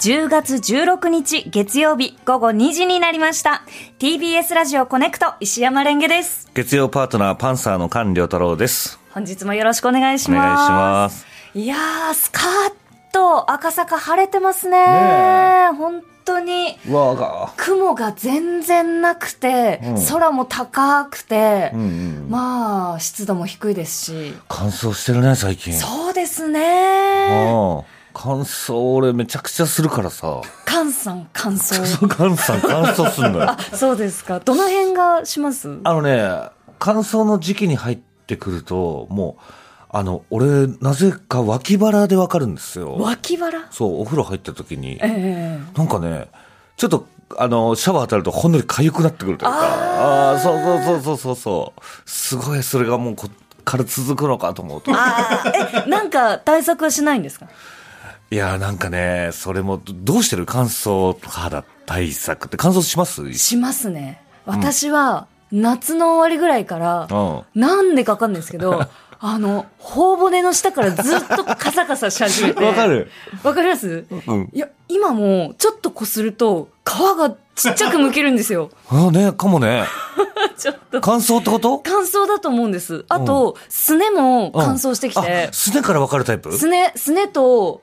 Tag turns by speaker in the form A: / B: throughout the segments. A: 10月16日月曜日午後2時になりました TBS ラジオコネクト石山レンゲです
B: 月曜パートナーパンサーの菅良太郎です。
A: 本日もよろしくお願いし
B: お願い
A: ます
B: します。
A: いやースカーッと赤坂晴れてますね
B: ね
A: 本当に
B: わが。
A: 雲が全然なくて、
B: うん
A: 空も高くて、
B: うんうん。
A: まあ湿度も低いですし
B: 乾燥してるね、最近。
A: そうですね
B: ああ乾燥、俺めちゃくちゃするから さ。
A: 菅さん乾 燥
B: 菅さん乾燥すんのよ
A: あ。そうですかどの辺がします
B: あのね、乾燥の時期に入ってくると、もう、あの、俺、なぜか脇腹でわかるんですよ。
A: 脇腹
B: そう、お風呂入った時に
A: え。え
B: なんかね、ちょっと、あの、シャワー当たるとほんのり痒くなってくるというか、ああー、そうそうそうそうそうそう。すごい、それがもうこっから続くのかと思 うと。
A: ああ、え、なんか対策はしないんですか
B: いやー、なんかね、それも、どどうしてる乾燥肌対策って乾燥しますうん。
A: しますね。私は、夏の終わりぐらいから、
B: あ
A: なんでかわかんないですけ ど、あの、頬骨の下からずっとカサカサし始めて。
B: わかる。
A: わかります
B: うん
A: いや、今も、ちょっとこすると、皮がちっちゃくむけるんですよ。
B: あ、ね、かもね。
A: ちょっと。
B: 乾燥ってこと
A: 乾燥だと思うんです。あと、すねも乾燥してきて
B: あ、、すねから分かるタイプ
A: すね、すねと、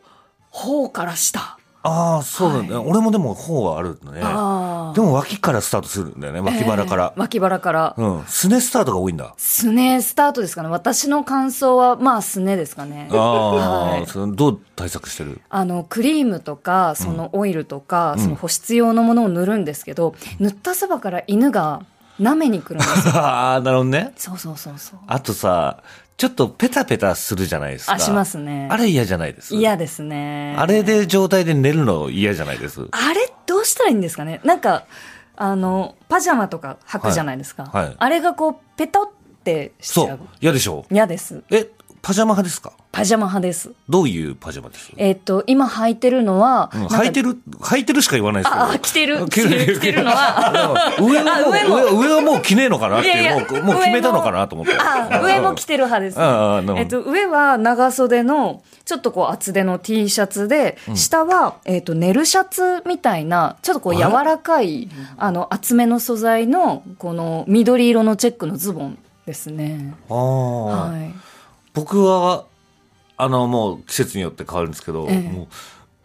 A: 頬から下。
B: ああ、そうだね。
A: はい
B: 俺もでも、頬はあるね。
A: ああ。
B: でも、脇からスタートするんだよね。脇腹から
A: ええ。脇腹から。
B: うん。すねスタートが多いんだ。
A: すねスタートですかね。私の感想は、まあ、すねですかね。
B: あ
A: はい
B: あ、そのどう対策してる
A: あの、クリームとか、そのオイルとか、その保湿用のものを塗るんですけど、塗ったそばから犬が舐めに来る んですよ。
B: ああ、なるほどね。
A: そうそうそうそう。
B: あとさ、ちょっとペタペタするじゃないですか。
A: あ、しますね。
B: あれ嫌じゃないです。
A: 嫌ですね。
B: あれで状態で寝るの嫌じゃないです。
A: あれ、どうしたらいいんですかねなんか、あの、パジャマとか履くじゃないですか。
B: はいはい
A: あれがこう、ペタってしち
B: そ
A: ゃう
B: う。。嫌でしょ
A: 嫌です。
B: え、パジャマ派ですか
A: パジャマ派です。
B: どういうパジャマです
A: えっ、と、今履いてるのは、
B: うん
A: なんか
B: 履いてる、履いてるしか言わないですけど。
A: あ、あ着て る、着てる、着てるのは、
B: でも上はも
A: あ
B: う
A: 上も
B: 上上はもう着ねえのかなって
A: いやいや
B: もう、もう決めたのかなと思って。
A: あ上も着てる派です、
B: ああなるほど
A: えっと、上は長袖の、ちょっとこう厚手の T シャツで、下は、えっと、寝るシャツみたいな、ちょっとこう柔らかい、あの、厚めの素材の、この緑色のチェックのズボンですね。
B: ああ、
A: はい。
B: 僕は、あの、もう季節によって変わるんですけど、
A: ええ
B: も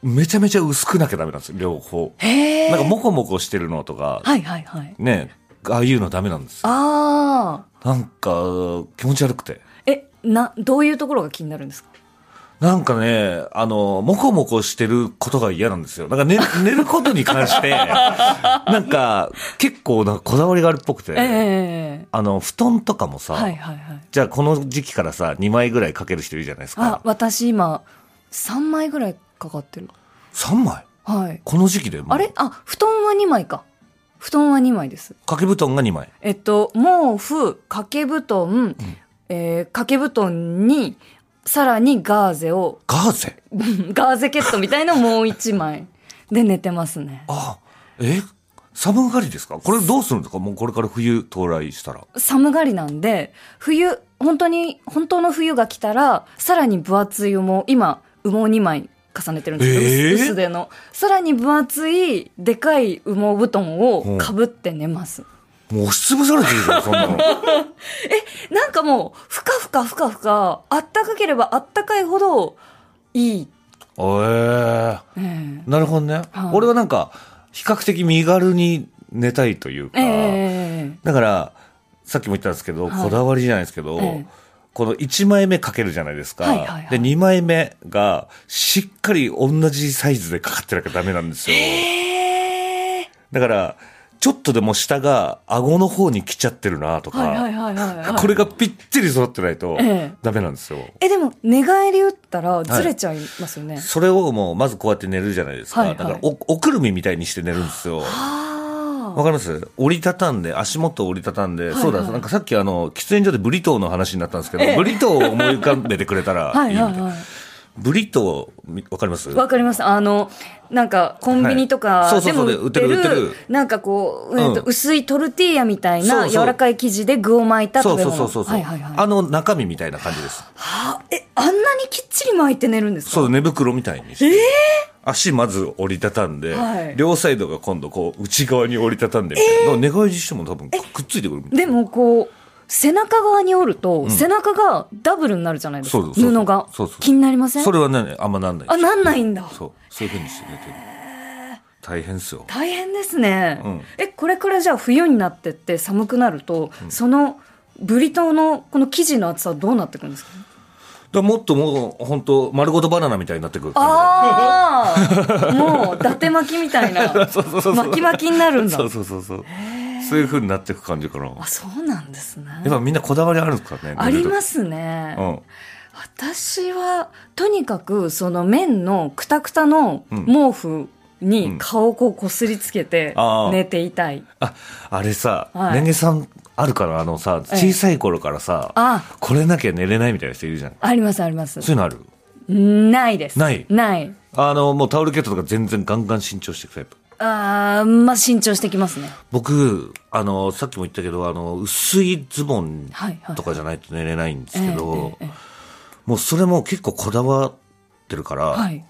B: う、めちゃめちゃ薄くなきゃダメなんですよ、両方。
A: へえ。
B: なんか、もこもこしてるのとか、
A: はいはいはい。
B: ね、ああいうのダメなんですよ。
A: ああ。
B: なんか、気持ち悪くて。
A: え、な、どういうところが気になるんですか
B: なんかね、あの、もこもこしてることが嫌なんですよ。な んか寝、寝ることに関して、なんか、結構なんかこだわりがあるっぽくて、
A: ええ
B: あの、布団とかもさ、
A: はいはいはい。
B: じゃあこの時期からさ、2枚ぐらいかける人いるじゃないです
A: あ
B: か、。
A: 私今、3枚ぐらいかかってる。
B: 3枚
A: はい。
B: この時期でもう
A: あれあ、布団は2枚か。布団は2枚です。
B: 掛け布団が2枚。
A: えっと、毛布、掛け布団、えー掛け布団に、さらにガーゼを、
B: ガーゼ
A: ガーゼケットみたいのもう1枚。で寝てますね。
B: あ、え寒がりですかこれどうするんですかもうこれから冬到来したら。
A: 寒がりなんで、冬、本当に、本当の冬が来たら、さらに分厚い羽毛、今、羽毛2枚重ねてるんですけど、
B: えー
A: 薄薄手の。さらに分厚い、でかい羽毛布団をかぶって寝ます。
B: もう押しつぶされてるじゃん、そんな の。
A: なんかもう、ふかふかふかふか、あったかければあったかいほどいい。
B: おえー。
A: ええ
B: なるほどね。
A: はい
B: 俺はなんか、比較的身軽に寝たいというか、
A: え
B: だから、さっきも言ったんですけど、
A: はい
B: こだわりじゃないですけど、
A: ええ
B: この1枚目かけるじゃないですか。
A: はいはいはい
B: で、2枚目が、しっかり同じサイズでかかってなきゃダメなんですよ。
A: えええ
B: だから、ちょっとでも下が顎の方に来ちゃってるなとか、
A: はいはいはいはい、はい。
B: これがぴっちり揃ってないと
A: ええ、
B: ダメなんですよ。
A: え、でも、寝返り打ったらずれちゃいますよね。
B: それをもう、まずこうやって寝るじゃないですか。
A: はいはい
B: だからお、おくるみみたいにして寝るんですよ。
A: あ
B: わかります折りたたんで、足元を折りたたんで、
A: はい
B: そうだ、なんかさっきあの、喫煙所でブリトーの話になったんです けど、
A: ええ
B: ブリトーを思い浮かべてくれたら
A: あ。はい
B: いいみ
A: は
B: た
A: い
B: い
A: は
B: な。
A: い。
B: ブリトーみ、わかります
A: わかります。あの、なんか、コンビニと
B: はいそ
A: か
B: うそ
A: で
B: うそ
A: も
B: う
A: 売って
B: 売ってる売
A: る
B: って、
A: なんかこう、えーと
B: うん
A: 薄いトルティーヤみたい
B: そう
A: な
B: そう
A: 柔らかい生地で具を巻いた
B: そ
A: 食べ
B: うそう
A: 物。
B: そうそうそう、
A: はいはいはい。
B: あの中身みたいな感じです。
A: はあえ、あんなにきっちり巻いて寝るんですか
B: そう、寝袋みたいにして。足まず折りたたんで、
A: はい
B: 両サイドが今度こう内側に折りたたんでみたいな。だから寝返りしても多分くっついてくるみたい
A: でもこう、背中側に折ると、背中がダブルになるじゃないですか。
B: そうそうそう
A: 布が
B: そうそう
A: 気になりません
B: な。それはね、あんまなんない
A: あ、なんないんだ。
B: そう、そういうふうにして寝てる。大変ですよ。
A: 大変ですね、
B: うん
A: え、これからじゃあ冬になってって寒くなると、そのブリトーのこの生地の厚さはどうなってくるんですか
B: だからもっともう本当丸ごとバナナみたいになってくる感じだ
A: ああもう、伊達巻きみたいな。
B: そうそうそうそう
A: 巻き巻きになるんだ
B: そう。そうそうそう。そういうふうになっていく感じかな。や
A: あ、そうなんですね。
B: っぱみんなこだわりあるんですからね。。
A: ありますすね。
B: うん。
A: 私は、とにかく、その綿のくたくたの毛布に顔をこうこすりつけて
B: あー
A: 寝ていたい。
B: あ、あれさ、
A: はい
B: レンゲさんあるから、あのさ、
A: ええ
B: 小さい頃からさ、
A: あ
B: これなきゃ寝れないみたいな人いるじゃん。
A: あ、りますあります。
B: そういうのある
A: ないです。
B: ない
A: ない。
B: あの、もうタオルケットとか全然ガンガン伸長していくタイプ。
A: あーまあ、慎重してきますね。
B: 僕、あの、さっきも言ったけど、あの、薄いズボン
A: はいはい
B: とかじゃないと寝れないんですけど、
A: えええ
B: もうそれも結構こだわってるか
A: え
B: ら、
A: はい。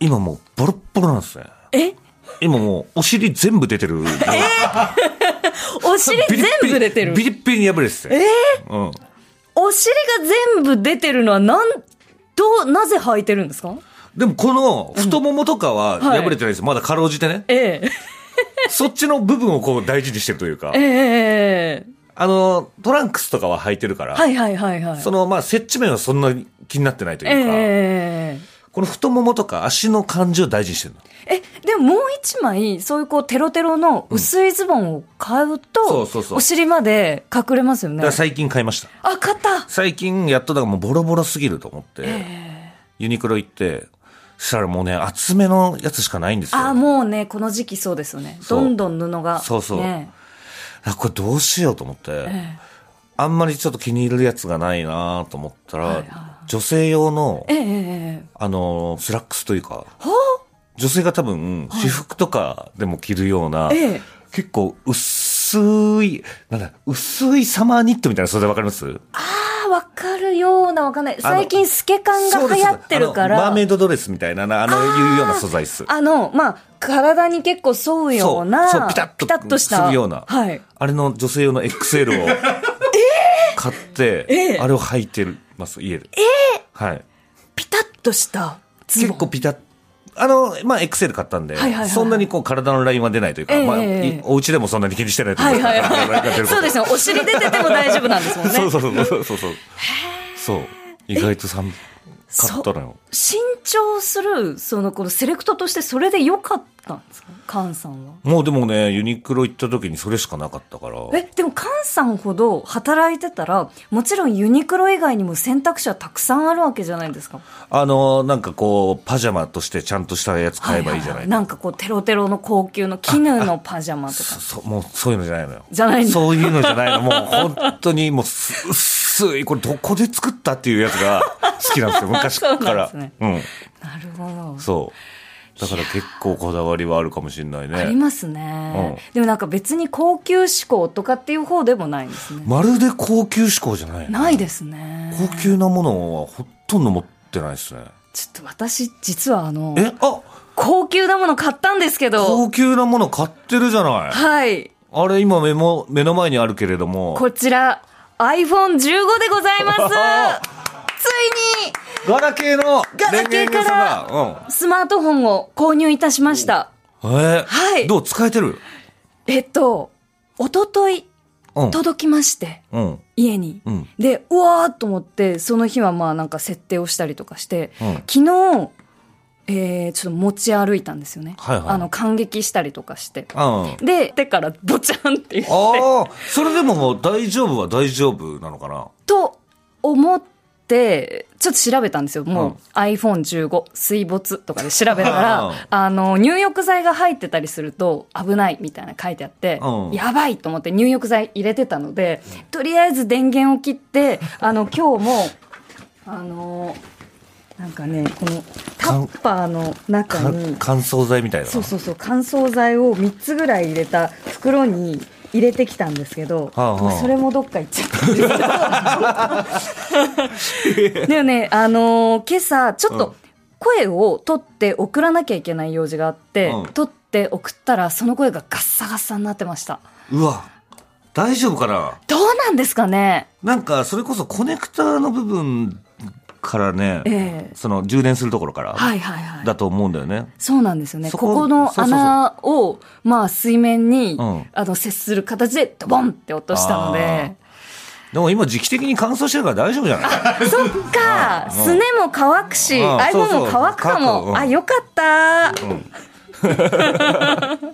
B: 今もうボロッボロなんですね。
A: え
B: 今もうお尻全部出てる。
A: お尻
B: ビリ
A: 全
B: ッビリ
A: 部出てる。
B: ビリッビリに破れてて。えうん。
A: お尻が全部出てるのは、なん、どう、なぜ履いてるんですか
B: でもこの太ももとかは
A: はい
B: 破れてないです。まだかろうじてね。
A: ええ。
B: そっちの部分をこう大事にしてるというか
A: え、え。
B: あの、トランクスとかは履いてるから、
A: はいはいはいはい。
B: そのまあ接地面はそんなに気になってないと
A: え
B: いうか、
A: え。
B: この太ももとか足の感じを大事にしてるの。
A: え、でももう一枚、そういうこう、テロテロの薄いズボンを買う
B: そ
A: と、
B: うそうそう
A: お尻まで隠れますよ
B: だ
A: ね
B: から。最近買いました。
A: あ、買った
B: 最近やっとだからもうボロボロすぎると思って、ユニクロ行って、そしたらもうね、厚めのやつしかないんですよ。
A: あ、もうね、この時期そうですよね。
B: そう
A: どんどん布が。
B: そうそう
A: ね
B: あこれどうしようと思って、あんまりちょっと気に入るやつがないなと思ったら、女性用の
A: え、えええ
B: あの、スラックスというか、女性が多分、私服とかでも着るような、
A: ええ
B: 結構薄い、なんだ、薄いサマーニットみたいな、それでわかります
A: あ、わかるような、わかんない。
B: あの
A: 最近、透け感
B: そう
A: が
B: です
A: 流行ってるか
B: あの
A: ら。
B: マーメイドドレスみたいな、なあの、いうような素材っす。
A: あの、まあ、体に結構沿うような、
B: そうそうピタッと
A: した。
B: するような
A: はい。
B: あれの女性用の XL を買って、あれを履いてます、家で。はい。
A: ピタッとしたズ
B: 結
A: ボン。
B: 構ピタッあの、まあ、XL 買ったんで、
A: はいはいはいはい
B: そんなにこう体のラインは出ないというか、
A: ええ
B: まあ、
A: え
B: い
A: え
B: お家でもそんなに気にしてないというか、
A: はい はい
B: 体のラインが出
A: は
B: る
A: い。
B: こ
A: そう
B: と
A: ですね。お尻出てても大丈夫なんですもんね。
B: そうそうそうそうそうそう。そう。意外と寒かったのよ。
A: 新調する、その、このセレクトとしてそれで良かったんですかカンさんは。
B: もうでもね、ユニクロ行った時にそれしかなかったから。
A: え、でもカンさんほど働いてたら、もちろんユニクロ以外にも選択肢はたくさんあるわけじゃないですか。
B: あの、なんかこう、パジャマとしてちゃんとしたやつ買えばいいじゃ
A: は
B: な。
A: はいはなんかこう、テロテロの高級の絹のパジャマとか
B: そ。そもうそういうのじゃないのよ。
A: じゃないんだ
B: そういうのじゃな いの。もう本当にもうす、薄い、これどこで作ったっていうやつが好きなん ですよ、昔か
A: あ
B: ら。
A: そうなんです
B: うん。
A: なるほど。
B: そう。だから結構こだわりはあるかもしれない
A: あり
B: ね。
A: ますね、でもなんか別に高級志向とかっていう方でもないんですね。
B: まるで高級志向じゃないね
A: ないですね。
B: 高級なものはほとんど持ってないですね。
A: ちょっと私、実はあの、
B: え、あ
A: 高級なもの買ったんですけど、
B: 高級なもの買ってるじゃない。
A: はい、
B: あれ今目も、目の前にあるけれども。
A: こちら、iPhone15 でございます。 ついに、
B: ガラケーの
A: ガラケーから
B: 電
A: スマートフォンを購入いたしました。
B: 源さんがうん。えー、
A: はい
B: どう使えてる
A: えっと、おととい、
B: うん。
A: 届きまして、
B: うん。
A: 家に。
B: うん。
A: で、うわーっと思って、その日はまあなんか設定をしたりとかして、
B: うん
A: 昨日、えー、ちょっと持ち歩いたんですよね。
B: はいはい
A: あの、感激したりとかして。
B: ああ。
A: で、手からボチャンっていう、
B: ああ、それでももう大丈夫は大丈夫なのかな
A: と思って、ちょっと調べたんですよ。もう、
B: うん
A: iPhone15 水没とかで調べた
B: うん
A: ら、あの、入浴剤が入ってたりすると危ないみたいな書いてあって、
B: うん
A: やばいと思って入浴剤入れてたので、とりあえず電源を切って、あの、今日も、あの、なんかね、このタッパーの中
B: か
A: に、
B: 乾燥剤みたいな。
A: そうそうそう、乾燥剤を3つぐらい入れた袋に入れてきたんですけど、
B: はあはあ
A: まあそれもどっか行っちゃったんですけどでもね、あのー今朝ちょっ
B: うん
A: と声を取って送らなきゃいけない用事があって、
B: うん
A: 取って送ったらその声がガッサガッサになってました
B: うわ、大丈夫かな
A: どうなんですかね
B: なんか、それこそコネクターの部分からね、
A: ええ
B: その充電するところから
A: はいはいはい
B: だと思うんだよね。
A: そうなんですよね
B: そ
A: こ
B: こ
A: この
B: そうそうそう
A: 穴をまあ水面に、
B: うん
A: あの接する形でドボンって落としたので
B: でも今時期的に乾燥してるから大丈夫じゃない
A: そっか、すねも乾くし、
B: うん
A: アイボ
B: そう
A: も
B: そう
A: 乾くか
B: 乾くうん
A: も。あ、よかった。